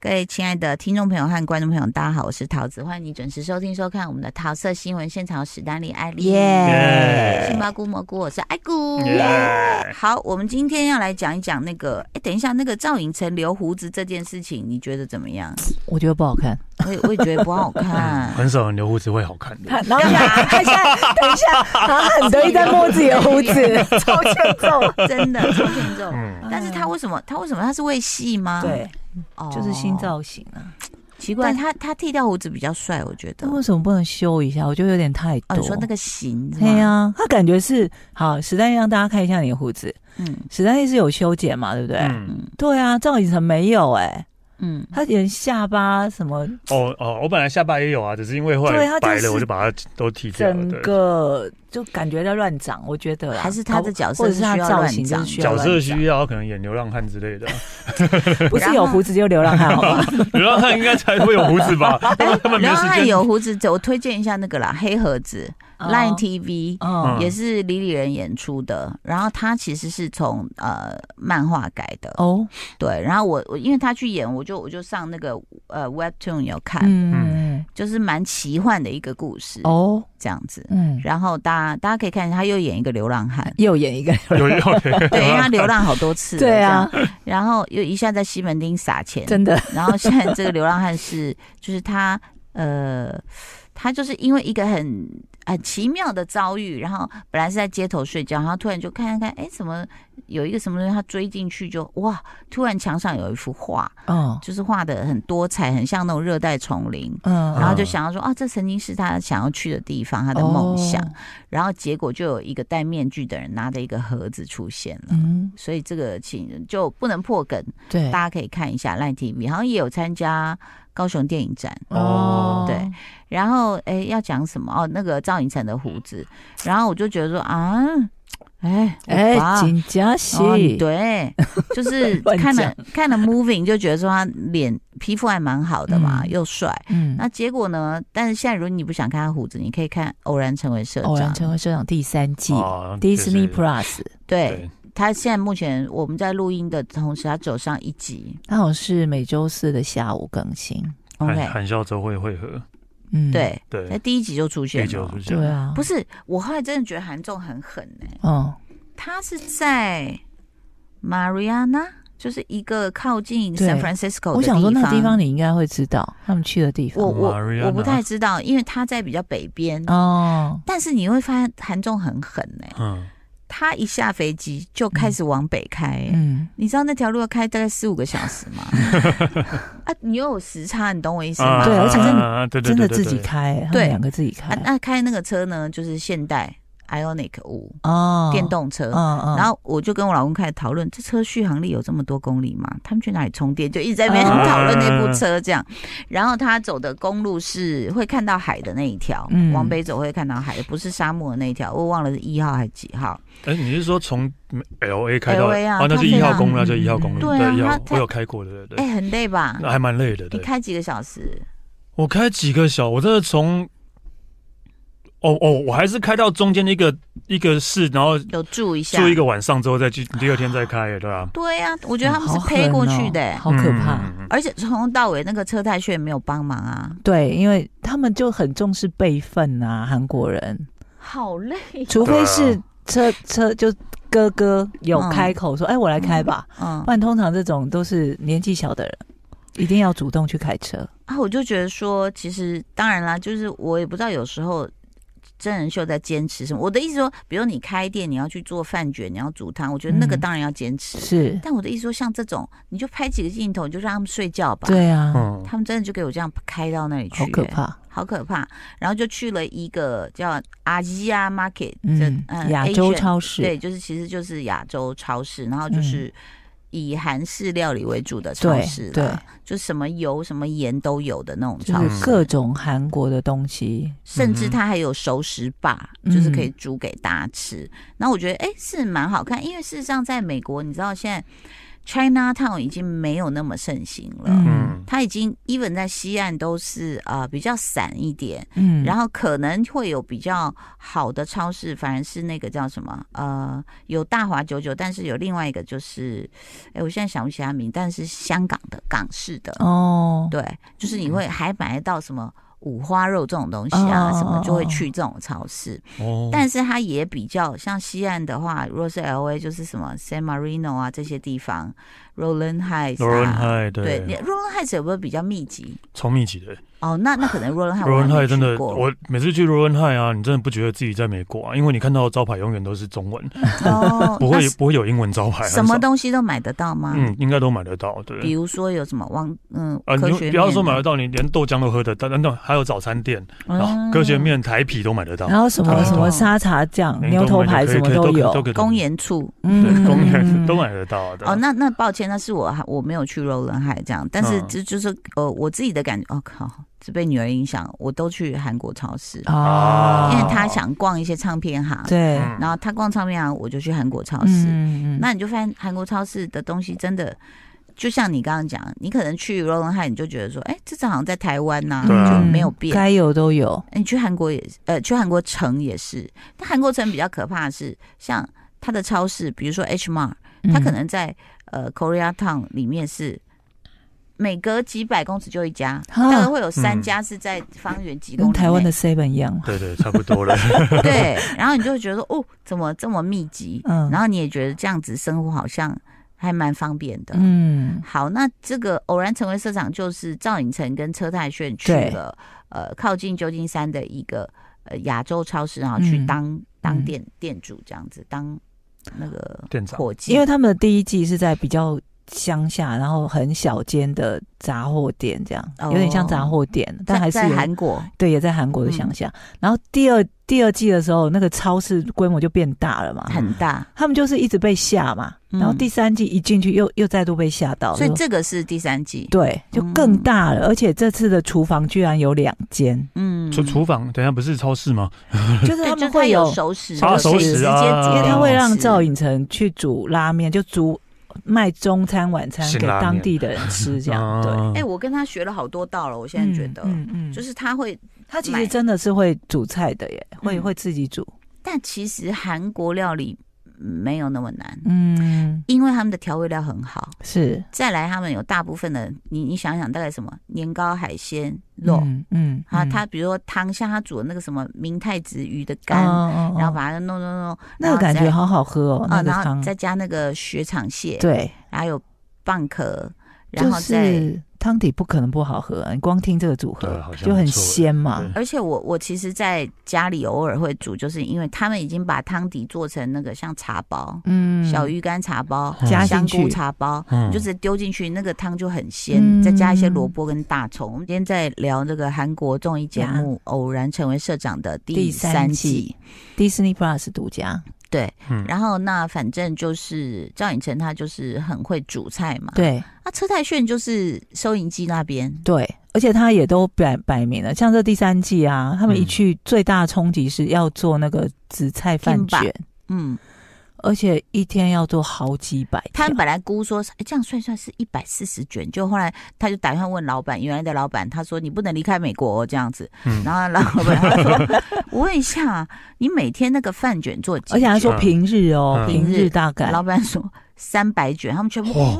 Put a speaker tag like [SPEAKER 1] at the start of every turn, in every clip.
[SPEAKER 1] 各位亲爱的听众朋友和观众朋友，大家好，我是桃子，欢迎你准时收听收看我们的桃色新闻现场，史丹利、艾丽、
[SPEAKER 2] 耶
[SPEAKER 1] 杏鲍菇、蘑菇，我是艾菇。
[SPEAKER 2] 耶
[SPEAKER 1] 好，我们今天要来讲一讲那个，哎，等一下，那个赵寅成留胡子这件事情，你觉得怎么样？
[SPEAKER 3] 我觉得不好看。
[SPEAKER 1] 我也我也觉得不好看。
[SPEAKER 2] 很少人留胡子会好看的。
[SPEAKER 3] 然后他他现在等一下，他 很得意在摸自己的胡子，超欠揍。
[SPEAKER 1] 真的超欠揍，
[SPEAKER 2] 嗯，
[SPEAKER 1] 但是他为什么？他为什么？他是为戏吗？
[SPEAKER 3] 对，
[SPEAKER 1] 哦，
[SPEAKER 3] 就是新造型啊。
[SPEAKER 1] 奇怪，他他剃掉胡子比较帅，我觉得
[SPEAKER 3] 但。为什么不能修一下？我觉得有点太
[SPEAKER 1] 哦，
[SPEAKER 3] 多。
[SPEAKER 1] 你说那个型是吗？
[SPEAKER 3] 对呀，他感觉是好。史丹利让大家看一下你的胡子，
[SPEAKER 1] 嗯
[SPEAKER 3] 史丹利是有修剪嘛，对不对？
[SPEAKER 2] 嗯
[SPEAKER 3] 对啊，赵寅成没有哎、
[SPEAKER 1] 嗯，
[SPEAKER 3] 他连下巴什么
[SPEAKER 2] 哦哦，我本来下巴也有啊，只是因为后
[SPEAKER 3] 对
[SPEAKER 2] 来
[SPEAKER 3] 他就
[SPEAKER 2] 白
[SPEAKER 3] 是
[SPEAKER 2] 了，我就把它都剃掉了。
[SPEAKER 3] 整
[SPEAKER 2] 对
[SPEAKER 3] 个就感觉在乱长，我觉得啦
[SPEAKER 1] 还是他的角色
[SPEAKER 3] 或者是他
[SPEAKER 1] 需要
[SPEAKER 3] 造型
[SPEAKER 1] 乱长
[SPEAKER 3] 就是需要
[SPEAKER 2] 角
[SPEAKER 3] 乱
[SPEAKER 2] 色
[SPEAKER 3] 长
[SPEAKER 2] 需要，可能演流浪汉之类的。
[SPEAKER 3] 不是有胡子就流浪汉 好吗？
[SPEAKER 2] 流浪汉应该才会有胡 子吧？
[SPEAKER 3] 哎
[SPEAKER 2] 因 为他们没
[SPEAKER 1] 然
[SPEAKER 2] 有
[SPEAKER 1] 后
[SPEAKER 2] 时
[SPEAKER 1] 还
[SPEAKER 2] 间。
[SPEAKER 1] 有胡子，我推荐一下那个啦，《黑盒子》Line TV。
[SPEAKER 3] 哦
[SPEAKER 2] 嗯
[SPEAKER 1] 也是李李仁演出的，然后他其实是从呃漫画改的，
[SPEAKER 3] 哦，
[SPEAKER 1] 对。然后我我因为他去演，我就我就上那个呃 Webtoon 有看，
[SPEAKER 3] 嗯
[SPEAKER 1] 就是蛮奇幻的一个故事
[SPEAKER 3] 哦
[SPEAKER 1] 这样子。
[SPEAKER 3] 嗯，，
[SPEAKER 1] 然后大家大家可以看，他又演一个流浪汉
[SPEAKER 3] 又演一个
[SPEAKER 2] 有有有，
[SPEAKER 1] 对，因为他流浪好多次，
[SPEAKER 3] 对啊，，
[SPEAKER 1] 然后又一下在西门町撒钱，
[SPEAKER 3] 真的
[SPEAKER 1] 然后现在这个流浪汉是，就是他，呃，他就是因为一个很很奇妙的遭遇，然后本来是在街头睡觉，然后突然就看看看，哎，怎么有一个什么东西，他追进去就哇，突然墙上有一幅画，
[SPEAKER 3] 哦，
[SPEAKER 1] 就是画的很多彩，很像那种热带丛林。
[SPEAKER 3] 嗯
[SPEAKER 1] 然后就想要说啊，这曾经是他想要去的地方，他的梦想。
[SPEAKER 3] 哦
[SPEAKER 1] 然后结果就有一个戴面具的人拿着一个盒子出现了，
[SPEAKER 3] 嗯，
[SPEAKER 1] 所以这个请就不能破梗，
[SPEAKER 3] 对
[SPEAKER 1] 大家可以看一下 Line TV，好像也有参加高雄电影展。
[SPEAKER 2] 哦
[SPEAKER 1] 对，然后诶要讲什么？哦，那个赵寅成的胡子，然后我就觉得说啊，哎
[SPEAKER 3] 哎
[SPEAKER 1] 欧巴，
[SPEAKER 3] 金佳熙
[SPEAKER 1] 哦，对，就是
[SPEAKER 3] 乱
[SPEAKER 1] 看了
[SPEAKER 3] 讲
[SPEAKER 1] 看了 Moving 就觉得说他脸皮肤还蛮好的嘛，
[SPEAKER 3] 嗯
[SPEAKER 1] 又帅。
[SPEAKER 3] 嗯
[SPEAKER 1] 那结果呢？但是现在如果你不想看他胡子，你可以看《偶然成为社
[SPEAKER 3] 偶
[SPEAKER 1] 长
[SPEAKER 3] 然》。成为社长第三季
[SPEAKER 2] 哦
[SPEAKER 3] ，Disney
[SPEAKER 2] 就是
[SPEAKER 3] Plus，
[SPEAKER 1] 对
[SPEAKER 2] 对，
[SPEAKER 1] 他现在目前我们在录音的同时，他走上一集。
[SPEAKER 3] 它好像是每周四的下午更新，
[SPEAKER 2] 含
[SPEAKER 1] OK，
[SPEAKER 2] 含笑周会会合，
[SPEAKER 3] 嗯，
[SPEAKER 1] 对，
[SPEAKER 2] 对
[SPEAKER 1] 那，第一集就出现
[SPEAKER 2] 第九
[SPEAKER 1] 了
[SPEAKER 2] 出。现
[SPEAKER 3] 对啊，
[SPEAKER 1] 不
[SPEAKER 3] 是，
[SPEAKER 1] 是，我后来真的觉得韩仲很狠呢、
[SPEAKER 3] 嗯
[SPEAKER 1] 他是在 Mariana，就是一个靠近
[SPEAKER 3] 对
[SPEAKER 1] San Francisco 的
[SPEAKER 3] 我想说那个地
[SPEAKER 1] 地
[SPEAKER 3] 方你应该会知道他们去的地方
[SPEAKER 1] 我我
[SPEAKER 2] Mariana
[SPEAKER 1] 我不太知道，因为他在比较北边。
[SPEAKER 3] 哦，
[SPEAKER 1] 但是你会发现韩仲很狠呢、
[SPEAKER 2] 嗯，
[SPEAKER 1] 他一下飞机就开始往北开、欸
[SPEAKER 3] 嗯，
[SPEAKER 1] 你知道那条路要开大概四五个小时 吗？啊，你又有时差，你懂我意思
[SPEAKER 2] 啊
[SPEAKER 1] 吗？
[SPEAKER 3] 对而且真的
[SPEAKER 2] 啊对对
[SPEAKER 3] 真的
[SPEAKER 2] 对
[SPEAKER 3] 自己
[SPEAKER 2] 对
[SPEAKER 3] 开，他
[SPEAKER 1] 对
[SPEAKER 3] 们两个自己开
[SPEAKER 1] 啊，那开那个车呢，就是现代 Ionic 五、
[SPEAKER 3] 哦，
[SPEAKER 1] 电，动车。
[SPEAKER 3] 嗯嗯，
[SPEAKER 1] 然后我就跟我老公开始讨论，这车续航力有这么多公里吗？他们去哪里充电？就一直在那边
[SPEAKER 3] 啊
[SPEAKER 1] 讨论那部车这样。然后他走的公路是会看到海的那一条，
[SPEAKER 3] 嗯
[SPEAKER 1] 往北走会看到海的，不是沙漠的那一条。我忘了是一号还是几号。
[SPEAKER 2] 哎，你是说从 L A 开到
[SPEAKER 1] LA 啊
[SPEAKER 2] 哦，那
[SPEAKER 1] 它
[SPEAKER 2] 是一
[SPEAKER 1] 非
[SPEAKER 2] 号
[SPEAKER 1] 常
[SPEAKER 2] 公路，那就一号公路，
[SPEAKER 1] 对啊
[SPEAKER 2] 一号
[SPEAKER 1] 它它
[SPEAKER 2] 我有开过的，对对
[SPEAKER 1] 哎，，很累吧？
[SPEAKER 2] 那还蛮累的，
[SPEAKER 1] 你
[SPEAKER 2] 对。
[SPEAKER 1] 开几个小时？
[SPEAKER 2] 我开几个小，我真的从，哦哦，我还是开到中间一个一个市，然后
[SPEAKER 1] 有住一下？
[SPEAKER 2] 住一个晚上之后再去，第二天再开，对吧、
[SPEAKER 1] 对呀、我觉得他们
[SPEAKER 3] 好
[SPEAKER 1] 是
[SPEAKER 3] 狠
[SPEAKER 1] 飞过去
[SPEAKER 3] 哦
[SPEAKER 1] 的欸、
[SPEAKER 3] 好可怕。
[SPEAKER 2] 嗯嗯嗯
[SPEAKER 1] 而且从头到尾那个车太炫没有帮忙啊，
[SPEAKER 3] 对，因为他们就很重视辈分啊，韩国人，
[SPEAKER 1] 好累。
[SPEAKER 3] 除非是
[SPEAKER 2] 对啊
[SPEAKER 3] 车车就哥哥有开口说：“哎、我来开吧。
[SPEAKER 1] 嗯
[SPEAKER 3] 不然通常这种都是年纪小的人，一定要主动去开车。
[SPEAKER 1] 啊，我就觉得说，其实当然啦，就是我也不知道有时候真人秀在坚持什么。我的意思说，比如你开店，你要去做饭卷，你要煮汤，我觉得那个
[SPEAKER 3] 嗯
[SPEAKER 1] 当然要坚持。
[SPEAKER 3] 是，
[SPEAKER 1] 但我的意思说，像这种，你就拍几个镜头，你就让他们睡觉吧。，
[SPEAKER 3] 对啊，
[SPEAKER 2] 嗯，
[SPEAKER 1] 他们真的就给我这样开到那里去、
[SPEAKER 3] 好可
[SPEAKER 1] 欸
[SPEAKER 3] 怕。
[SPEAKER 1] 好可怕。然后就去了一个叫阿基亚 Market，
[SPEAKER 3] 嗯
[SPEAKER 1] 这，嗯
[SPEAKER 3] 亚洲
[SPEAKER 1] Asian，
[SPEAKER 3] 超市，
[SPEAKER 1] 对，就是其实就是亚洲超市，然后就是以韩式料理为主的超
[SPEAKER 3] 嗯对
[SPEAKER 1] 市
[SPEAKER 3] 对
[SPEAKER 1] 啦，就什么油什么盐都有的那种
[SPEAKER 3] 就
[SPEAKER 1] 超
[SPEAKER 3] 是
[SPEAKER 1] 市，
[SPEAKER 3] 各种韩国的东西，
[SPEAKER 1] 甚至
[SPEAKER 2] 嗯哼
[SPEAKER 1] 它还有熟食吧，
[SPEAKER 3] 嗯
[SPEAKER 1] 就是可以煮给大家吃。然后我觉得哎、诶是蛮好看，因为事实上在美国，你知道现在 China Town 已经没有那么盛行了。
[SPEAKER 3] 嗯
[SPEAKER 2] 嗯
[SPEAKER 1] 它已经 even 在西岸都是啊、呃比较散一点，
[SPEAKER 3] 嗯，
[SPEAKER 1] 然
[SPEAKER 3] 后
[SPEAKER 1] 后可能会有比较好的超市，反而是那个叫什么呃，有大华九九，但是有另外一个就是，哎，我现在想不起他名，但是香港的港式的，
[SPEAKER 3] 哦，
[SPEAKER 1] 对，就是你会还买得到什么五花肉这种东西啊，
[SPEAKER 3] 哦
[SPEAKER 1] 什么就会
[SPEAKER 3] 哦哦
[SPEAKER 1] 去这种超市，嗯
[SPEAKER 2] 哦
[SPEAKER 1] 但是它也比较像西岸的话，如果是 L A 就是什么 San Marino 啊这些地方，Roland Heights
[SPEAKER 2] 罗伦
[SPEAKER 1] 啊，
[SPEAKER 2] 海
[SPEAKER 1] 对你
[SPEAKER 2] 对，
[SPEAKER 1] ，Roland Heights 有没有比较密集？
[SPEAKER 2] 超密集的。
[SPEAKER 1] 哦，那那可能 Roland Heights 我
[SPEAKER 2] 罗
[SPEAKER 1] 还
[SPEAKER 2] 恩
[SPEAKER 1] 没
[SPEAKER 2] 泰真的，
[SPEAKER 1] 去过
[SPEAKER 2] 我每次去罗恩泰啊，你真的不觉得自己在美国啊，因为你看到的招牌永远都是中文，
[SPEAKER 1] 哦，
[SPEAKER 2] 不
[SPEAKER 1] 那
[SPEAKER 2] 会
[SPEAKER 1] 是
[SPEAKER 2] 不会有英文招牌，很少
[SPEAKER 1] 什么东西都买得到吗？
[SPEAKER 2] 嗯，应该都买得到，
[SPEAKER 1] 比
[SPEAKER 2] 对。
[SPEAKER 1] 如说有什么汪嗯，
[SPEAKER 2] 啊，
[SPEAKER 1] 科
[SPEAKER 2] 你
[SPEAKER 1] 学面
[SPEAKER 2] 不要说买得到，你连豆浆都喝得到，但但还有早餐店，
[SPEAKER 1] 啊
[SPEAKER 2] 然
[SPEAKER 1] 嗯
[SPEAKER 2] 后科学，面、台啤都买得到，
[SPEAKER 3] 然后什么
[SPEAKER 2] 哦
[SPEAKER 3] 什么沙茶酱、
[SPEAKER 2] 嗯
[SPEAKER 3] 牛头牌
[SPEAKER 2] 可以
[SPEAKER 3] 什么
[SPEAKER 2] 可以
[SPEAKER 3] 都
[SPEAKER 2] 可以
[SPEAKER 3] 有
[SPEAKER 2] 都，可以
[SPEAKER 1] 公园处。
[SPEAKER 2] 对
[SPEAKER 3] 嗯，
[SPEAKER 2] 公园都买得到的。
[SPEAKER 1] 哦，那那抱歉，那是我还我没有去柔伦海这样，但是
[SPEAKER 2] 嗯
[SPEAKER 1] 这就是呃我自己的感觉，哦靠，是被女儿影响，我都去韩国超市，
[SPEAKER 3] 啊
[SPEAKER 1] 因为她想逛一些唱片行，
[SPEAKER 3] 对，
[SPEAKER 2] 嗯
[SPEAKER 1] 然后她逛唱片行，我就去韩国超市。
[SPEAKER 3] 嗯嗯
[SPEAKER 1] 那你就发现韩国超市的东西真的，就像你刚刚讲，你可能去柔伦海，你就觉得说，哎，这次好像在台湾呐，
[SPEAKER 2] 对啊
[SPEAKER 1] 就没有变，
[SPEAKER 3] 嗯该有都有，
[SPEAKER 1] 你去韩国也是，呃，去韩国城也是。但韩国城比较可怕的是，像它的超市，比如说 H Mart，它
[SPEAKER 3] 嗯
[SPEAKER 1] 可能在、呃 Korea Town 里面是每隔几百公尺就一家，
[SPEAKER 3] 啊
[SPEAKER 1] 大概会有三家是在方圆几公里内
[SPEAKER 3] 跟台湾的 Seven 一样，
[SPEAKER 2] 对对，差不多 了。
[SPEAKER 1] 对，然后你就会觉得哦，怎么这么密集？
[SPEAKER 3] 嗯
[SPEAKER 1] 然后你也觉得这样子生活好像还蛮方便的。
[SPEAKER 3] 嗯，
[SPEAKER 1] 好，那这个偶然成为社长就是赵寅成跟车太炫去
[SPEAKER 3] 对
[SPEAKER 1] 了呃靠近旧金山的一个呃亚洲超市，然后去
[SPEAKER 3] 嗯
[SPEAKER 1] 当、当
[SPEAKER 3] 嗯
[SPEAKER 1] 店店主这样子，当那个
[SPEAKER 2] 店长
[SPEAKER 1] 伙计，
[SPEAKER 3] 因为他们的第一季是在比较乡下，然后很小间的杂货店，这样
[SPEAKER 1] 哦
[SPEAKER 3] 有点像杂货店，但
[SPEAKER 1] 在
[SPEAKER 3] 还是
[SPEAKER 1] 在
[SPEAKER 3] 有
[SPEAKER 1] 韩国嗯
[SPEAKER 3] 对，也在韩国的乡下。然后第二第二季的时候，那个超市规模就变大了嘛，
[SPEAKER 1] 很大，
[SPEAKER 3] 他们就是一直被吓嘛。
[SPEAKER 1] 嗯
[SPEAKER 3] 然后第三季一进去又，又再度被吓到，
[SPEAKER 1] 所以
[SPEAKER 3] 就
[SPEAKER 1] 这个嗯是第三季，
[SPEAKER 3] 对就更大了。而且这次的厨房居然有两 间，
[SPEAKER 1] 嗯，
[SPEAKER 2] 厨厨房，等一下不是超市吗？
[SPEAKER 3] 就是
[SPEAKER 1] 对，
[SPEAKER 3] 他
[SPEAKER 1] 就是
[SPEAKER 3] 们
[SPEAKER 1] 它
[SPEAKER 3] 会
[SPEAKER 1] 有
[SPEAKER 3] 有，
[SPEAKER 1] 熟食的，
[SPEAKER 2] 啊
[SPEAKER 1] 所以
[SPEAKER 2] 熟食
[SPEAKER 1] 直接
[SPEAKER 2] 啊
[SPEAKER 1] 点
[SPEAKER 3] 因为他会让
[SPEAKER 1] 吃
[SPEAKER 3] 赵寅成去煮拉面，就煮卖中餐晚餐
[SPEAKER 2] 辛
[SPEAKER 3] 给
[SPEAKER 2] 拉面
[SPEAKER 3] 当地的人吃，这样对。
[SPEAKER 2] 啊
[SPEAKER 1] 哎、我跟他学了好多道了，我现在觉得。
[SPEAKER 3] 嗯嗯
[SPEAKER 1] 就是是他会，
[SPEAKER 3] 他其
[SPEAKER 1] 买
[SPEAKER 3] 实真的是会煮菜的耶，会
[SPEAKER 1] 嗯
[SPEAKER 3] 会自己煮，
[SPEAKER 1] 但其实韩国料理没有那么难，
[SPEAKER 3] 嗯，
[SPEAKER 1] 因为他们的调味料很好。
[SPEAKER 3] 是
[SPEAKER 1] 再来，他们有大部分的，你你想想，大概什么年糕、海鲜、肉、
[SPEAKER 3] 嗯嗯
[SPEAKER 1] 啊，
[SPEAKER 3] 嗯
[SPEAKER 1] 他比如说汤，像他煮的那个什么明太子鱼的干，
[SPEAKER 3] 哦哦哦
[SPEAKER 1] 然后把它弄弄弄，
[SPEAKER 3] 那个感觉
[SPEAKER 1] 然后
[SPEAKER 3] 好好喝哦，
[SPEAKER 1] 再
[SPEAKER 3] 那
[SPEAKER 1] 啊，
[SPEAKER 3] 个
[SPEAKER 1] 然后
[SPEAKER 3] 汤，
[SPEAKER 1] 再加那个雪场蟹，，
[SPEAKER 3] 对，
[SPEAKER 1] 还有蚌壳，然
[SPEAKER 3] 就
[SPEAKER 1] 后再。
[SPEAKER 3] 是汤底不可能不好喝啊，你光听这个组
[SPEAKER 2] 对
[SPEAKER 3] 合
[SPEAKER 2] 好像
[SPEAKER 3] 就很
[SPEAKER 2] 不错
[SPEAKER 3] 鲜嘛
[SPEAKER 2] 对，
[SPEAKER 1] 而且我我其实，在家里偶尔会煮，就是因为他们已经把汤底做成那个像茶包、
[SPEAKER 3] 嗯，
[SPEAKER 1] 小鱼干茶包、
[SPEAKER 3] 加进
[SPEAKER 1] 香菇
[SPEAKER 3] 去，
[SPEAKER 1] 茶包，
[SPEAKER 2] 嗯
[SPEAKER 1] 你就直接丢进去，那个汤就很鲜，
[SPEAKER 3] 嗯
[SPEAKER 1] 再加一些萝卜跟大葱。我们今天在聊这个韩国综艺节目《偶然成为社长》的第三
[SPEAKER 3] 啊第三季，Disney Plus 独家，
[SPEAKER 1] 对，
[SPEAKER 2] 嗯
[SPEAKER 1] 然后那反正就是赵寅成他就是很会煮菜嘛，，
[SPEAKER 3] 对
[SPEAKER 1] 啊，车太炫就是收银机那边，
[SPEAKER 3] 对，而且他也都摆摆明了，像这第三季啊，他们一
[SPEAKER 2] 嗯
[SPEAKER 3] 去最大的冲击是要做那个紫菜饭
[SPEAKER 1] Kimbap
[SPEAKER 3] 卷，
[SPEAKER 1] 嗯，
[SPEAKER 3] 而且一天要做好几百条，
[SPEAKER 1] 他
[SPEAKER 2] 啊
[SPEAKER 1] 们本来估说哎这样算一算是一百四十卷，就后来他就打电话问老板，原来的老板他说你不能离开美国、哦、这样子，
[SPEAKER 2] 嗯
[SPEAKER 1] 然后老板他说 我问一下，你每天那个饭卷做 几
[SPEAKER 3] 而且他
[SPEAKER 1] 卷
[SPEAKER 3] 说平日哦，
[SPEAKER 2] 嗯
[SPEAKER 3] 平
[SPEAKER 1] 平日
[SPEAKER 3] 日大概。
[SPEAKER 1] 老板说三百卷，他们全部
[SPEAKER 2] 哇，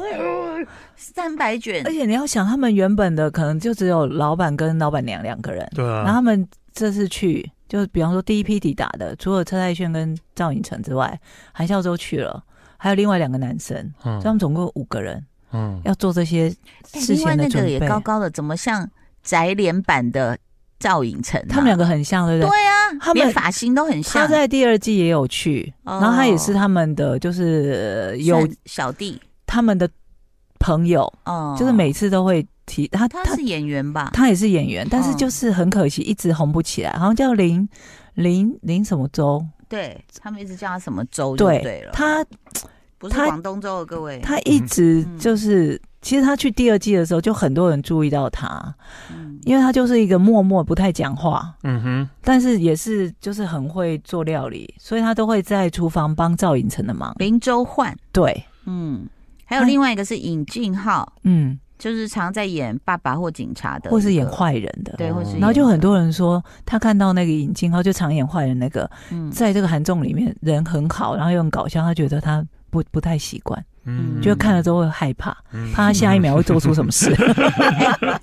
[SPEAKER 1] 三百卷
[SPEAKER 3] 而，且你要想，他们原本的可能就只有老板跟老板娘两个人，
[SPEAKER 2] 对
[SPEAKER 3] 然后
[SPEAKER 2] 啊
[SPEAKER 3] 他，们这次去，就比方说第一批抵达的，除了车太炫跟赵寅成之外，韩孝周去了，还有另外两个男生，所以他
[SPEAKER 2] 嗯
[SPEAKER 3] 们总共五个人
[SPEAKER 2] 嗯，
[SPEAKER 3] 要做这些
[SPEAKER 1] 哎
[SPEAKER 3] 事
[SPEAKER 1] 另外
[SPEAKER 3] 前的
[SPEAKER 1] 那
[SPEAKER 3] 准
[SPEAKER 1] 个也
[SPEAKER 3] 备。
[SPEAKER 1] 高高的，怎么像宅脸版的赵寅成啊、
[SPEAKER 3] 他们两个很像，对不对？
[SPEAKER 1] 对啊，
[SPEAKER 3] 他们
[SPEAKER 1] 连发型都很像。
[SPEAKER 3] 他在第二季也有去，
[SPEAKER 1] 哦
[SPEAKER 3] 然后他也是他们的，就是呃有
[SPEAKER 1] 算小弟
[SPEAKER 3] 他们的朋友，
[SPEAKER 1] 哦，
[SPEAKER 3] 就是每次都会提他，
[SPEAKER 1] 他
[SPEAKER 3] 他
[SPEAKER 1] 是演员吧？
[SPEAKER 3] 他也是演员，但是
[SPEAKER 1] 嗯
[SPEAKER 3] 就是很可惜，一直红不起来，好像叫林林林什么周，
[SPEAKER 1] 对他们一直叫他什么周就
[SPEAKER 3] 对
[SPEAKER 1] 对了，
[SPEAKER 3] 他
[SPEAKER 1] 不是
[SPEAKER 3] 他
[SPEAKER 1] 广东州的各位。
[SPEAKER 3] 他一直
[SPEAKER 1] 嗯
[SPEAKER 3] 就是。其实他去第二季的时候，就很多人注意到他，
[SPEAKER 1] 嗯
[SPEAKER 3] 因为他就是一个默默不太讲话，
[SPEAKER 2] 嗯哼，
[SPEAKER 3] 但是也是就是很会做料理，所以他都会在厨房帮赵寅成的忙。
[SPEAKER 1] 林周焕，
[SPEAKER 3] 对，
[SPEAKER 1] 嗯，还有
[SPEAKER 3] 哎
[SPEAKER 1] 另外一个是尹俊浩，
[SPEAKER 3] 嗯，
[SPEAKER 1] 就是常在演爸爸或警察的，
[SPEAKER 3] 或是演，坏人的，
[SPEAKER 1] 对，或是演
[SPEAKER 3] 然后就很多人说，他看到那个尹静浩就常演坏人那个，
[SPEAKER 1] 嗯
[SPEAKER 3] 在这个韩综里面人很好，然后又很搞笑，他觉得他不不太习惯，
[SPEAKER 1] 嗯
[SPEAKER 3] 就看了之后会害怕，
[SPEAKER 2] 嗯
[SPEAKER 3] 怕他下一秒会做出什 么事。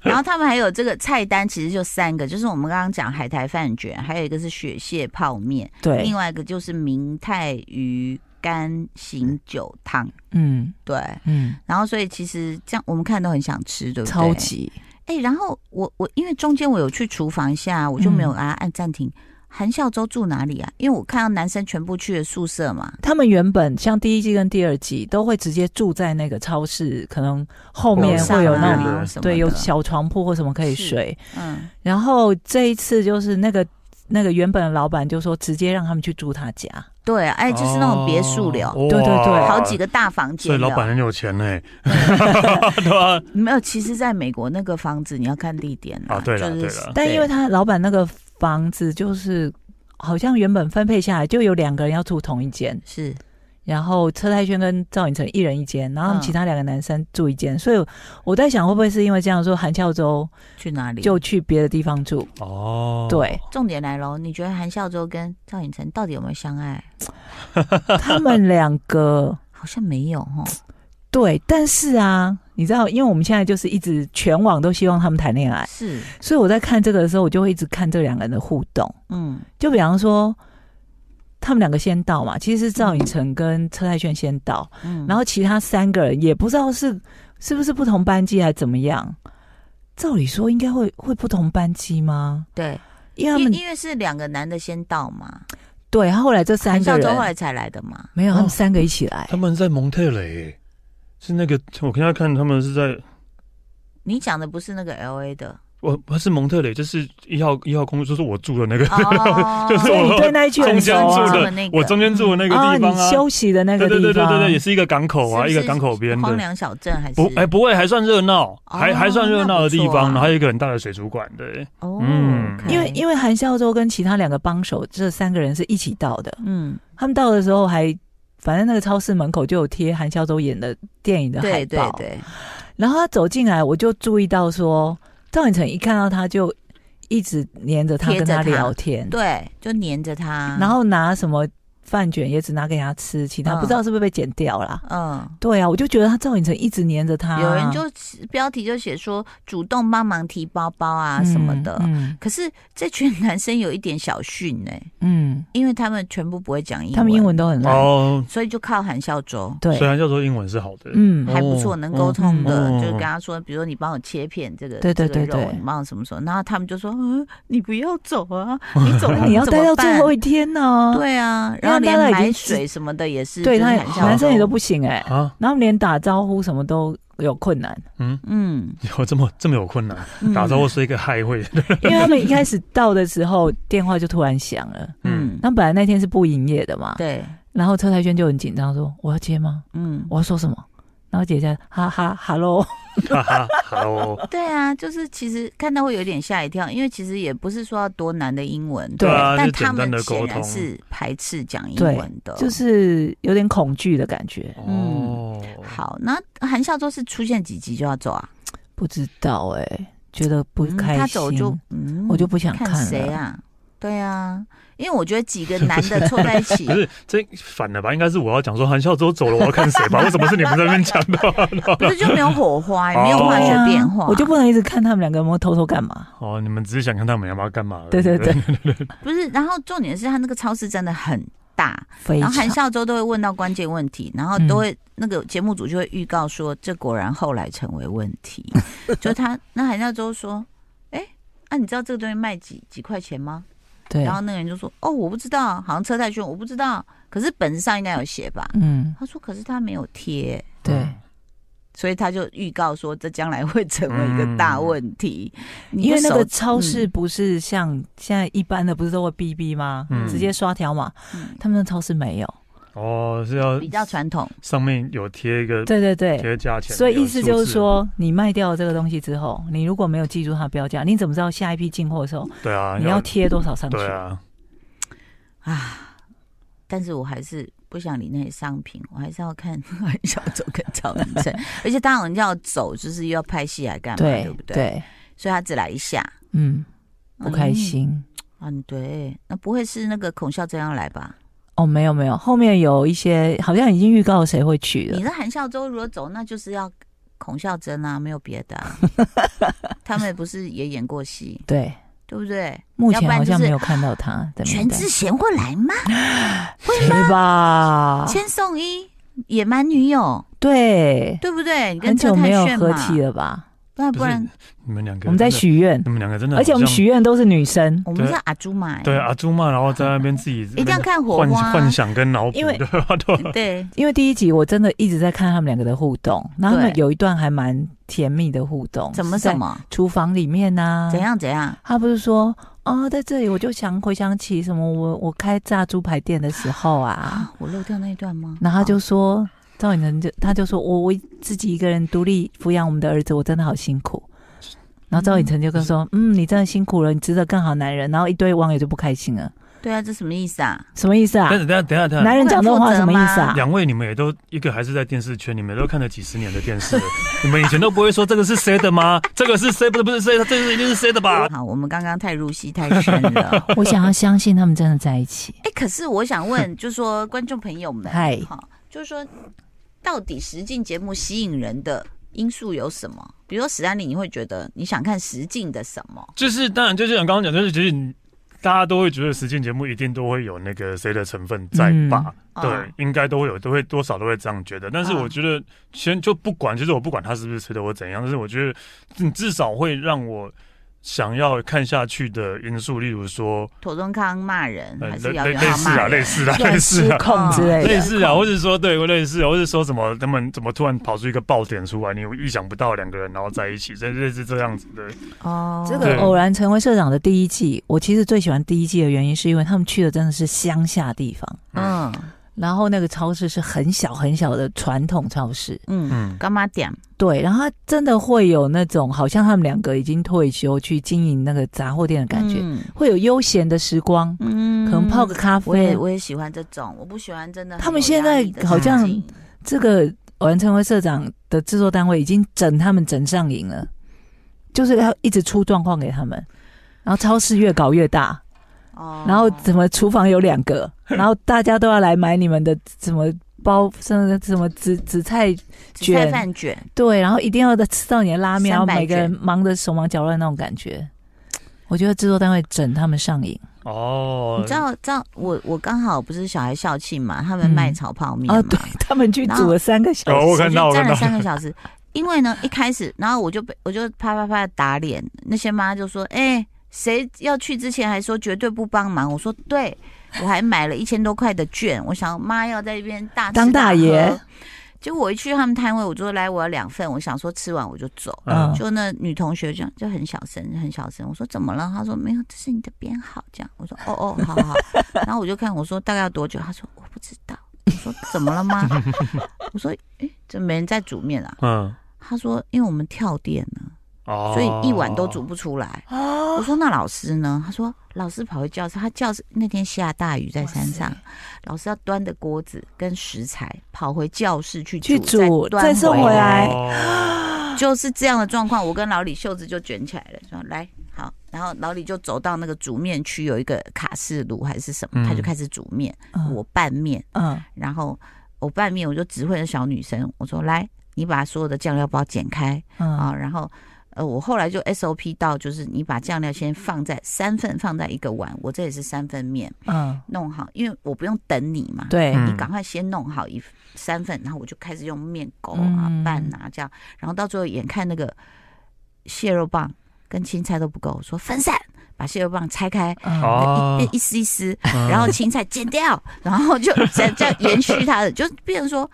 [SPEAKER 1] 然后他们还有这个菜单，其实就三个，就是我们刚刚讲海苔饭卷，还有一个是雪蟹泡面，
[SPEAKER 3] 对
[SPEAKER 1] 另，外一个就是明太鱼干醒酒汤。
[SPEAKER 3] 嗯
[SPEAKER 1] 对，
[SPEAKER 3] 嗯，
[SPEAKER 1] 然后所以其实这样我们看都很想吃，对不对？
[SPEAKER 3] 超级
[SPEAKER 1] 哎、然后我我因为中间我有去厨房一下，我就没有
[SPEAKER 3] 嗯
[SPEAKER 1] 给他按暂停。韩孝周住哪里啊？因为我看到男生全部去了宿舍嘛。
[SPEAKER 3] 他们原本像第一季跟第二季都会直接住在那个超市，可能后
[SPEAKER 1] 楼
[SPEAKER 3] 面
[SPEAKER 1] 上
[SPEAKER 3] 哦会有
[SPEAKER 1] 啊
[SPEAKER 3] 那
[SPEAKER 2] 种
[SPEAKER 1] 什么的
[SPEAKER 3] 对有小床铺或什么可以
[SPEAKER 1] 是
[SPEAKER 3] 睡。
[SPEAKER 1] 嗯，
[SPEAKER 3] 然后这一次就是那个那个原本的老板就说直接让他们去住他家，
[SPEAKER 1] 对啊，哎、就是那种别墅流，
[SPEAKER 2] 哦
[SPEAKER 3] 对对对
[SPEAKER 2] 哇
[SPEAKER 1] 好几个大房
[SPEAKER 2] 所
[SPEAKER 1] 间
[SPEAKER 2] 以老板
[SPEAKER 1] 的。
[SPEAKER 2] 很有钱呢，对吧？
[SPEAKER 1] 没有，其实在美国那个房子你要看地点
[SPEAKER 2] 啊对
[SPEAKER 1] 就
[SPEAKER 2] 啦
[SPEAKER 1] 是
[SPEAKER 2] 对啦
[SPEAKER 3] 但因为他老板那个房子就是好像原本分配下来就有两个人要住同一间，
[SPEAKER 1] 是
[SPEAKER 3] 然后车太轩跟赵寅成一人一间，然后他
[SPEAKER 1] 嗯
[SPEAKER 3] 们其他两个男生住一间，所以我在想会不会是因为这样说韩孝周
[SPEAKER 1] 去哪里？
[SPEAKER 3] 就去别的地方住？
[SPEAKER 2] 哦，
[SPEAKER 3] 对
[SPEAKER 1] 重点来喽，你觉得韩孝周跟赵寅成到底有没有相爱？
[SPEAKER 3] 他们两 个
[SPEAKER 1] 好像没有哦。
[SPEAKER 3] 对，但是啊，你知道，因为我们现在就是一直全网都希望他们谈恋爱，
[SPEAKER 1] 是，
[SPEAKER 3] 所以我在看这个的时候，我就会一直看这两个人的互动。
[SPEAKER 1] 嗯，
[SPEAKER 3] 就比方说，他们两个先到嘛，其实是赵寅成跟车太轩先到，
[SPEAKER 1] 嗯
[SPEAKER 3] 然后其他三个人也不知道是是不是不同班机还怎么样。照理说应该会会不同班机吗？
[SPEAKER 1] 对，
[SPEAKER 3] 因为他
[SPEAKER 1] 因
[SPEAKER 3] 们
[SPEAKER 1] 因为是两个男的先到嘛，
[SPEAKER 3] 对，他后来这三
[SPEAKER 1] 韩
[SPEAKER 3] 个
[SPEAKER 1] 孝周
[SPEAKER 3] 人
[SPEAKER 1] 后来才来的嘛。
[SPEAKER 3] 没有，他
[SPEAKER 2] 哦
[SPEAKER 3] 们三个一起来
[SPEAKER 2] 他。们在蒙特雷，是那个我刚才看他们是在，
[SPEAKER 1] 你讲的不是那个 L A 的，
[SPEAKER 2] 我不是蒙特雷，就是一号一号公寓，就是我住的那个，
[SPEAKER 1] 哦
[SPEAKER 2] 就是
[SPEAKER 3] 所以你
[SPEAKER 2] 我
[SPEAKER 3] 对那一句很
[SPEAKER 2] 中
[SPEAKER 3] 熟
[SPEAKER 2] 间
[SPEAKER 3] 啊
[SPEAKER 2] 住
[SPEAKER 1] 住
[SPEAKER 2] 的
[SPEAKER 1] 的那个嗯
[SPEAKER 2] 我中间住的那个地方
[SPEAKER 3] 哦你
[SPEAKER 2] 啊，
[SPEAKER 3] 休息的那
[SPEAKER 2] 对
[SPEAKER 3] 个地
[SPEAKER 2] 对
[SPEAKER 3] 方，
[SPEAKER 2] 对对对对，也是一个港口啊，
[SPEAKER 1] 是
[SPEAKER 2] 一
[SPEAKER 1] 不是
[SPEAKER 2] 个港口边
[SPEAKER 1] 荒
[SPEAKER 2] 的。
[SPEAKER 1] 凉小镇还是
[SPEAKER 2] 不，哎，不会，还算热闹，还还算热闹的地
[SPEAKER 1] 那不错啊
[SPEAKER 2] 方，然后还有一个很大的水族馆，对，
[SPEAKER 1] 哦
[SPEAKER 2] 嗯，
[SPEAKER 3] 因为因
[SPEAKER 1] 为
[SPEAKER 3] 为韩孝周跟其他两个帮手这三个人是一起到的，
[SPEAKER 1] 嗯，
[SPEAKER 3] 他们到的时候还。反正那个超市门口就有贴韩孝周演的电影的海
[SPEAKER 1] 对对
[SPEAKER 3] 报，
[SPEAKER 1] 对，
[SPEAKER 3] 然后他走进来，我就注意到说，赵寅成一看到他就一直黏着他
[SPEAKER 1] 贴着
[SPEAKER 3] 跟他
[SPEAKER 1] 他
[SPEAKER 3] 聊天，
[SPEAKER 1] 对，啊就黏着他，
[SPEAKER 3] 然后拿什么饭卷也只拿给他吃，其他
[SPEAKER 1] 嗯
[SPEAKER 3] 不知道是不是被剪掉啦。
[SPEAKER 1] 嗯。
[SPEAKER 3] 对啊，我就觉得他赵寅成一直黏着他，
[SPEAKER 1] 有人就标题就写说主动帮忙提包包啊什么的，
[SPEAKER 3] 嗯
[SPEAKER 1] 可是这群 男生有一点小逊呢、
[SPEAKER 3] 嗯，
[SPEAKER 1] 因为他们全部不会讲英文，
[SPEAKER 3] 他们英文都
[SPEAKER 1] 嗯
[SPEAKER 3] 很烂，
[SPEAKER 2] 哦，
[SPEAKER 1] 所以就靠韩孝周，
[SPEAKER 3] 对
[SPEAKER 2] 虽，然叫做英文是啊好的，
[SPEAKER 3] 嗯
[SPEAKER 2] 哦
[SPEAKER 1] 还不错，能沟通的，
[SPEAKER 2] 嗯嗯
[SPEAKER 1] 就跟他说，比如说你帮我切片这个，
[SPEAKER 3] 哦对对
[SPEAKER 1] 这个
[SPEAKER 3] 对对
[SPEAKER 1] 肉你帮我什么什么，然后他们就说，嗯，你不要走 啊，你走了
[SPEAKER 3] 你要
[SPEAKER 1] 怎么
[SPEAKER 3] 待到最
[SPEAKER 1] 办
[SPEAKER 3] 后一天呢，
[SPEAKER 1] 对啊，然后连买水什么的也是，
[SPEAKER 3] 对
[SPEAKER 1] 就是
[SPEAKER 3] 他
[SPEAKER 1] 很像
[SPEAKER 3] 男生也都不行哎，
[SPEAKER 2] 啊，
[SPEAKER 3] 然后连打招呼什么都有困 难，
[SPEAKER 2] 嗯，
[SPEAKER 1] 嗯，
[SPEAKER 2] 有这么这么有困难，
[SPEAKER 1] 嗯
[SPEAKER 2] 打招呼是一个害会，
[SPEAKER 3] 因为他们一开始到的时候电话就突然响了。
[SPEAKER 1] 嗯，
[SPEAKER 3] 那本来那天是不营业的嘛，
[SPEAKER 1] 对，
[SPEAKER 3] 然后车太轩就很紧张说：“我要接吗？
[SPEAKER 1] 嗯，
[SPEAKER 3] 我要说什么？”然后姐姐哈哈 哈喽，
[SPEAKER 2] 哈哈，好哦，
[SPEAKER 1] 对啊，就是其实看到会有点吓一跳，因为其实也不是说要多难的英文，
[SPEAKER 3] 对
[SPEAKER 2] 啊
[SPEAKER 1] 但
[SPEAKER 2] 就
[SPEAKER 1] 他
[SPEAKER 2] 简单
[SPEAKER 1] 们
[SPEAKER 2] 的沟
[SPEAKER 1] 显然
[SPEAKER 2] 通
[SPEAKER 1] 是排斥讲英
[SPEAKER 3] 对
[SPEAKER 1] 文的，
[SPEAKER 3] 就是有点恐惧的感觉，
[SPEAKER 1] 嗯
[SPEAKER 2] 哦，
[SPEAKER 1] 好。那韩孝周是出现几集就要走啊？
[SPEAKER 3] 不知道哎、觉得不
[SPEAKER 1] 嗯
[SPEAKER 3] 开心，
[SPEAKER 1] 他走就，嗯，
[SPEAKER 3] 我就不想
[SPEAKER 1] 看
[SPEAKER 3] 了。
[SPEAKER 1] 谁啊？对啊，因为我觉得几个男的凑在一起
[SPEAKER 2] 不，是这反了吧？应该是我要讲说韩孝周走了，我要看谁 吧？为什么是你们在那边讲的？
[SPEAKER 1] 不是就没有火花，也没有
[SPEAKER 2] 哦
[SPEAKER 1] 化
[SPEAKER 3] 对
[SPEAKER 1] 学
[SPEAKER 3] 啊
[SPEAKER 1] 变化，
[SPEAKER 3] 我就不能一直看他们两个有没有偷偷干嘛？
[SPEAKER 2] 哦，你们只是想看他们要不要干嘛？
[SPEAKER 3] 对对对，，
[SPEAKER 1] 不是。然后重点是他那个超市真的很大，
[SPEAKER 3] 非
[SPEAKER 1] 然
[SPEAKER 3] 常嗯
[SPEAKER 1] 后韩孝周都会问到关键问题，然后都会、那个节目组就会预告 说，这果然后来成为问题。就他那韩孝周说：“哎、啊，你知道这个东西卖几几块钱吗？
[SPEAKER 3] 对
[SPEAKER 1] 然，后那个人就说：“哦，我不知道，好像车太炫，我不知道。可是本子上应该有写吧
[SPEAKER 3] 嗯？”，
[SPEAKER 1] 他说：“可是他没有贴，
[SPEAKER 3] 对，
[SPEAKER 1] 所以他就预告说这将来会成为一个大问题。你
[SPEAKER 3] 嗯因为那
[SPEAKER 1] 手
[SPEAKER 3] 个超市
[SPEAKER 1] 嗯
[SPEAKER 3] 不是像现在一般的，不是都会 BB 吗？
[SPEAKER 2] 嗯
[SPEAKER 3] 直接刷条码，
[SPEAKER 1] 嗯
[SPEAKER 3] 他们的超市没有。
[SPEAKER 2] 哦，是要
[SPEAKER 1] 比较传统，
[SPEAKER 2] 上面有贴一个
[SPEAKER 3] 对对对，
[SPEAKER 2] 贴价钱，
[SPEAKER 3] 所以意思
[SPEAKER 2] 有
[SPEAKER 3] 就是
[SPEAKER 2] 数字，
[SPEAKER 3] 说，你卖掉了这个东西之后，你如果没有记住它的标价，你怎么知道下一批进货的时候
[SPEAKER 2] 对啊，
[SPEAKER 3] 你要贴多少上去？
[SPEAKER 2] 对啊，
[SPEAKER 1] 啊，但是我还是不想理那些商品，我还是要看 韩小周跟赵医生， 而且他好像要走，就是又要拍戏来干嘛，对
[SPEAKER 3] 对
[SPEAKER 1] 不对？
[SPEAKER 3] 对，
[SPEAKER 1] 所以他只来一下，
[SPEAKER 3] 嗯，不开心。
[SPEAKER 1] 嗯。嗯，对，那不会是那个孔孝真要来吧？
[SPEAKER 3] 哦，没有没有，后面有一些好像已经预告谁会去
[SPEAKER 1] 你
[SPEAKER 3] 了。
[SPEAKER 1] 是韩孝周如果走，那就是要孔孝真啊，没有别的、 啊。他们不是也演过戏，
[SPEAKER 3] 对，
[SPEAKER 1] 对不对？
[SPEAKER 3] 目
[SPEAKER 1] 要
[SPEAKER 3] 前
[SPEAKER 1] 不然
[SPEAKER 3] 好
[SPEAKER 1] 就
[SPEAKER 3] 像
[SPEAKER 1] 是
[SPEAKER 3] 没有看到他的名
[SPEAKER 1] 全
[SPEAKER 3] 单
[SPEAKER 1] 智，贤会来 吗？
[SPEAKER 3] 谁吧？
[SPEAKER 1] 千颂伊、野蛮女友，
[SPEAKER 3] 对，
[SPEAKER 1] 对不对？你跟
[SPEAKER 3] 很
[SPEAKER 1] 车
[SPEAKER 3] 久没
[SPEAKER 1] 太
[SPEAKER 3] 有
[SPEAKER 1] 炫
[SPEAKER 3] 合
[SPEAKER 1] 嘛，
[SPEAKER 3] 体了吧？
[SPEAKER 1] 那
[SPEAKER 2] 不
[SPEAKER 1] 不
[SPEAKER 2] 是
[SPEAKER 1] 然
[SPEAKER 2] 你们两个，
[SPEAKER 3] 我们在，许愿，
[SPEAKER 2] 你们两个真的好
[SPEAKER 3] 而且
[SPEAKER 2] 像，
[SPEAKER 3] 我们许愿都是女生，
[SPEAKER 1] 我们是阿朱嘛、欸
[SPEAKER 2] 对啊阿朱嘛，然后在那边自己
[SPEAKER 1] 一定要哎看火
[SPEAKER 2] 幻
[SPEAKER 1] 花，
[SPEAKER 2] 幻想跟脑补，
[SPEAKER 3] 因为
[SPEAKER 2] 对吧？对吧，
[SPEAKER 1] 对，
[SPEAKER 3] 因为第一集我真的一直在看他们两个的互动，然后他们
[SPEAKER 1] 对
[SPEAKER 3] 有一段还蛮甜蜜的互动，
[SPEAKER 1] 怎么
[SPEAKER 3] 是在
[SPEAKER 1] 怎么
[SPEAKER 3] 厨房里面呐、
[SPEAKER 1] 怎？样怎样，
[SPEAKER 3] 他不是说哦，在这里我就想回想起什么我我开炸猪排店的时候啊，
[SPEAKER 1] 啊，我漏掉那一段吗？啊
[SPEAKER 3] 然后他就说赵寅成就他就说我我自己一个人独立抚养我们的儿子，我真的好辛苦。然后赵寅成就跟说：“嗯，你真的辛苦了，你值得更好男人。”然后一堆网友就不开心了，
[SPEAKER 1] 好对啊，这什么意思啊？
[SPEAKER 3] 什么意思啊
[SPEAKER 2] 但？是等一下等一下等一下。
[SPEAKER 3] 男人讲这种话什么意思啊？
[SPEAKER 2] 两位，你们也都一个还是在电视圈，你们都看了几十年的电视了，你们以前都不会说这个是谁的吗？这个是谁不是不是谁的？这个是一定是谁的吧？
[SPEAKER 1] 好，我们刚刚太入戏太深 了。
[SPEAKER 3] 我想要相信他们真的在一起。
[SPEAKER 1] 哎，可是我想 问，就说观众朋友们，
[SPEAKER 3] 嗨
[SPEAKER 1] 好，就是说，到底实境节目吸引人的因素有什么？比如说史丹利，你会觉得你想看实境的什么？
[SPEAKER 2] 就是当然，就是像刚刚讲，就是其实你大家都会觉得实境节目一定都会有那个谁的成分在吧？
[SPEAKER 1] 嗯
[SPEAKER 2] 对，
[SPEAKER 1] 嗯
[SPEAKER 2] 应该都会有，都会多少都会这样觉得。但是
[SPEAKER 1] 嗯
[SPEAKER 2] 我觉得先就不管，就是我不管他是不是谁的，我怎样，但是我觉得你至少会让我。想要看下去的因素，例如说，
[SPEAKER 1] 妥中康骂人
[SPEAKER 2] 呃，
[SPEAKER 1] 还
[SPEAKER 2] 类
[SPEAKER 1] 是姚
[SPEAKER 2] 类
[SPEAKER 1] 元
[SPEAKER 2] 类
[SPEAKER 1] 浩
[SPEAKER 2] 似啊，
[SPEAKER 1] 骂
[SPEAKER 2] 类
[SPEAKER 1] 人？
[SPEAKER 2] 似啊，类
[SPEAKER 3] 乱
[SPEAKER 2] 似
[SPEAKER 3] 失
[SPEAKER 2] 啊，
[SPEAKER 3] 控之类
[SPEAKER 2] 类
[SPEAKER 3] 的。
[SPEAKER 2] 似啊，或者说对，类似，啊或者说什么，他们怎么突然跑出一个爆点出来，你意想不到两个人然后在一起，这类似这样子的，
[SPEAKER 1] 哦，
[SPEAKER 3] 这
[SPEAKER 2] 对
[SPEAKER 3] 个偶然成为社长的第一季，我其实最喜欢第一季的原因，是因为他们去的真的是乡下地方，
[SPEAKER 1] 嗯
[SPEAKER 3] 然后那个超市是很小很小的传统超市，
[SPEAKER 1] 嗯，
[SPEAKER 2] 嗯，
[SPEAKER 1] 干嘛点？
[SPEAKER 3] 对，然后它真的会有那种好像他们两个已经退休去经营那个杂货店的感觉，
[SPEAKER 1] 嗯
[SPEAKER 3] 会有悠闲的时光，
[SPEAKER 1] 嗯
[SPEAKER 3] 可能泡个咖
[SPEAKER 1] 我也
[SPEAKER 3] 啡。
[SPEAKER 1] 我也喜欢这种，我不喜欢真的很
[SPEAKER 3] 嗯他们
[SPEAKER 1] 有
[SPEAKER 3] 现
[SPEAKER 1] 压
[SPEAKER 3] 在
[SPEAKER 1] 力的
[SPEAKER 3] 好
[SPEAKER 1] 场
[SPEAKER 3] 像
[SPEAKER 1] 景
[SPEAKER 3] 这个偶然成为社长的制作单位已经整他们整上瘾了，就是要一直出状况给他们，然后超市越搞越大。
[SPEAKER 1] 哦
[SPEAKER 3] 然后怎么厨房有两个，然后大家都要来买你们的什么包，甚至什么紫紫菜
[SPEAKER 1] 紫菜
[SPEAKER 3] 卷
[SPEAKER 1] 饭卷，
[SPEAKER 3] 对，然后一定要吃到你的拉面，然后
[SPEAKER 1] 三百
[SPEAKER 3] 每个
[SPEAKER 1] 卷
[SPEAKER 3] 人忙得手忙脚乱那种感觉。我觉得制作单位整他们上瘾
[SPEAKER 2] 哦，
[SPEAKER 1] 你知道知道我我刚好不是小孩校庆嘛，他们卖
[SPEAKER 3] 嗯
[SPEAKER 1] 炒泡面嘛，
[SPEAKER 3] 哦， 对他们去煮了三个小
[SPEAKER 2] 有哦我
[SPEAKER 3] 时，
[SPEAKER 2] 看到，
[SPEAKER 1] 我
[SPEAKER 2] 我
[SPEAKER 1] 就站
[SPEAKER 2] 看
[SPEAKER 1] 了
[SPEAKER 2] 到，
[SPEAKER 1] 三个小时。因为呢，一开始，然后我就被我就啪啪啪打脸，那些妈就说：“哎、谁要去之前还说绝对不帮忙。”我说：“对，我还买了一千多块的券，我想妈要在一边大吃
[SPEAKER 3] 当大
[SPEAKER 1] 喝
[SPEAKER 3] 爷。”
[SPEAKER 1] 结果我一去他们摊位，我就说来我要两份，我想说吃完我就走。
[SPEAKER 3] 嗯
[SPEAKER 1] 就那女同学这样就很小声，很小声。我说怎么了？她说没有，这是你的编号。这样我说哦 哦，好好好。然后我就看我说大概要多久？她说我不知道。我说怎么了吗？ 我说诶，怎么没人在煮面啊？
[SPEAKER 2] 嗯，
[SPEAKER 1] 她说因为我们跳电了，
[SPEAKER 2] 哦
[SPEAKER 1] 所以一碗都煮不出来。我说那老师呢？她说老师跑回教室，她教室那天下大雨在山上
[SPEAKER 3] 哇，
[SPEAKER 1] 老师要端着锅子跟食材跑回教室去
[SPEAKER 3] 去
[SPEAKER 1] 煮
[SPEAKER 3] 煮，
[SPEAKER 1] 端
[SPEAKER 3] 再送
[SPEAKER 1] 回
[SPEAKER 3] 回 来
[SPEAKER 2] 哦
[SPEAKER 1] 就是这样的状况，我跟老李袖子就卷起来了，说来好，然后老李就走到那个煮面区，有一个卡式炉还是什么，
[SPEAKER 2] 嗯
[SPEAKER 1] 他就开始煮面，
[SPEAKER 3] 嗯
[SPEAKER 1] 我拌面，
[SPEAKER 3] 嗯，
[SPEAKER 1] 然后我拌面，我就指挥那小女生，我说来，你把所有的酱料包剪开啊、
[SPEAKER 3] 嗯
[SPEAKER 1] 然后。呃，我后来就 SOP 到，就是你把酱料先放在三份，放在一个碗，我这也是三份面
[SPEAKER 3] 嗯，
[SPEAKER 1] 弄好，因为我不用等你嘛，
[SPEAKER 3] 对，
[SPEAKER 2] 嗯
[SPEAKER 1] 你赶快先弄好一三份，然后我就开始用面狗啊、
[SPEAKER 3] 嗯
[SPEAKER 1] 拌啊这样，然后到最后眼看那个蟹肉棒跟青菜都不够，我说分散，把蟹肉棒拆开。
[SPEAKER 3] 嗯
[SPEAKER 2] 哦
[SPEAKER 1] 一一丝一丝，
[SPEAKER 2] 嗯
[SPEAKER 1] 然后 青菜剪掉，然后就这这样延续它的，就变成说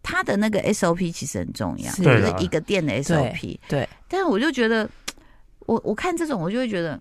[SPEAKER 1] 它的那个 SOP 其实很重要，就
[SPEAKER 3] 是
[SPEAKER 2] 对啊
[SPEAKER 1] 是
[SPEAKER 2] 啦
[SPEAKER 1] 一个店的 SOP。
[SPEAKER 3] 对，
[SPEAKER 1] 但是我就觉得，我我看这种我就会觉得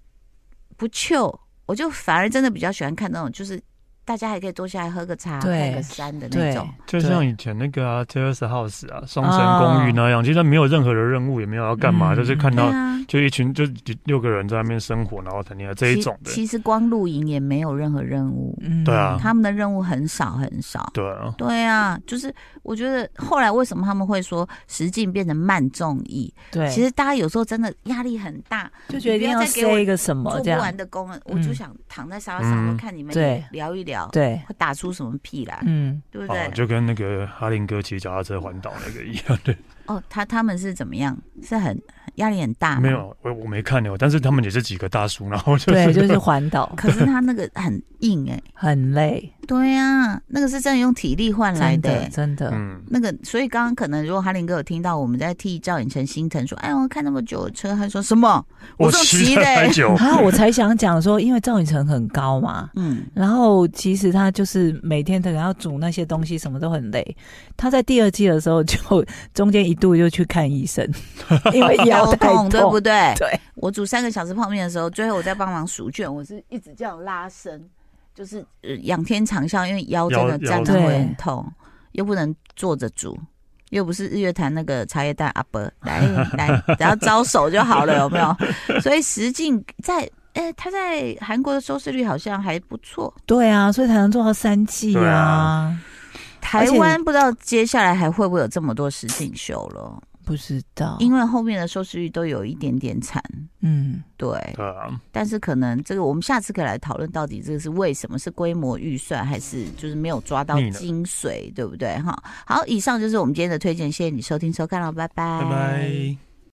[SPEAKER 1] 不糗，我就反而真的比较喜欢看那种，就是大家还可以坐下来喝个茶、
[SPEAKER 3] 对
[SPEAKER 1] 看个山的那
[SPEAKER 3] 对
[SPEAKER 1] 种。，
[SPEAKER 2] 就
[SPEAKER 3] 对
[SPEAKER 2] 像以前那个啊 Terrace House 啊，双层公寓那样，其实没有任何的任务，也没有要干嘛，
[SPEAKER 3] 嗯
[SPEAKER 2] 就是看
[SPEAKER 1] 对
[SPEAKER 2] 到
[SPEAKER 1] 啊，
[SPEAKER 2] 就一群就六个人在那边生活，然后谈恋爱这一种的
[SPEAKER 1] 其。其实光露营也没有任何任务，
[SPEAKER 3] 嗯
[SPEAKER 2] 对啊
[SPEAKER 1] 他们的任务很少很少。
[SPEAKER 2] 对啊，
[SPEAKER 1] 对啊，就是我觉得后来为什么他们会说实境变成慢综艺？
[SPEAKER 3] 对，
[SPEAKER 1] 其实大家有时候真的压力很大，
[SPEAKER 3] 就觉得一定要
[SPEAKER 1] 你不要再给我
[SPEAKER 3] 塞一个什么
[SPEAKER 1] 做
[SPEAKER 3] 这
[SPEAKER 1] 不完
[SPEAKER 3] 样，
[SPEAKER 1] 的工，我
[SPEAKER 3] 嗯
[SPEAKER 1] 就想躺在沙发上，
[SPEAKER 2] 嗯
[SPEAKER 1] 我看你们
[SPEAKER 3] 对
[SPEAKER 1] 聊一聊，
[SPEAKER 3] 对，
[SPEAKER 1] 会打出什么屁来，
[SPEAKER 3] 嗯，
[SPEAKER 1] 对不
[SPEAKER 2] 啊，
[SPEAKER 1] 对？
[SPEAKER 2] 就跟那个哈林哥骑脚踏车环岛那个一样， 对，
[SPEAKER 1] 哦，他他们是怎么样？是很压力很大，
[SPEAKER 2] 没。有我我没看呢，但是他们也是几个大叔，然后就
[SPEAKER 3] 对，
[SPEAKER 2] 是
[SPEAKER 3] 就是环岛
[SPEAKER 1] 可是他那个很硬哎、
[SPEAKER 3] 很累，
[SPEAKER 1] 对啊，那个是真的用体力换 来
[SPEAKER 3] 真
[SPEAKER 1] 的、
[SPEAKER 3] 的
[SPEAKER 1] 欸。
[SPEAKER 3] 真的，
[SPEAKER 2] 嗯，
[SPEAKER 1] 那个，所以刚刚可能如果哈林哥有听到我们在替赵寅成心疼，说：“哎呦，看那么久的车，他说什么？我说
[SPEAKER 2] 骑
[SPEAKER 1] 骑
[SPEAKER 2] 了
[SPEAKER 1] 嘞
[SPEAKER 2] 太 久，
[SPEAKER 3] 然后啊我才想讲说，因为赵寅成很高嘛，
[SPEAKER 1] 嗯，
[SPEAKER 3] 然后其实他就是每天可能要煮那些东西，什么都很累。他在第二季的时候就中间一度就去看医生，因为腰
[SPEAKER 1] 腰
[SPEAKER 3] 太
[SPEAKER 1] 痛对不对？
[SPEAKER 3] 对，
[SPEAKER 1] 我煮三个小时泡面的时候，最后我在帮忙数卷，我是一直这样拉伸，就是呃仰天长啸，因为腰真的
[SPEAKER 2] 腰
[SPEAKER 1] 站着
[SPEAKER 3] 腰
[SPEAKER 1] 会很痛，又不能坐着煮，又不是日月潭那个茶叶蛋阿伯来来，只要招手就好了，有没有？ 所以实境在。哎、他在韩国的收视率好像还不错，
[SPEAKER 3] 对啊，所以才能做到三季
[SPEAKER 2] 对
[SPEAKER 3] 啊
[SPEAKER 2] 啊。
[SPEAKER 1] 台湾不知道接下来还会不会有这么多实境秀了，
[SPEAKER 3] 不知道，
[SPEAKER 1] 因为后面的收视率都有一点点惨，
[SPEAKER 3] 嗯，
[SPEAKER 1] 对，
[SPEAKER 2] 对啊，
[SPEAKER 1] 但是可能这个我们下次可以来讨论，到底这个是为什么？是规模预算，还是就是没有抓到
[SPEAKER 2] 腻了
[SPEAKER 1] 精嗯髓，对不对？哈，好，以上就是我们今天的推荐，谢谢你收听收看了，拜拜，
[SPEAKER 2] 拜拜。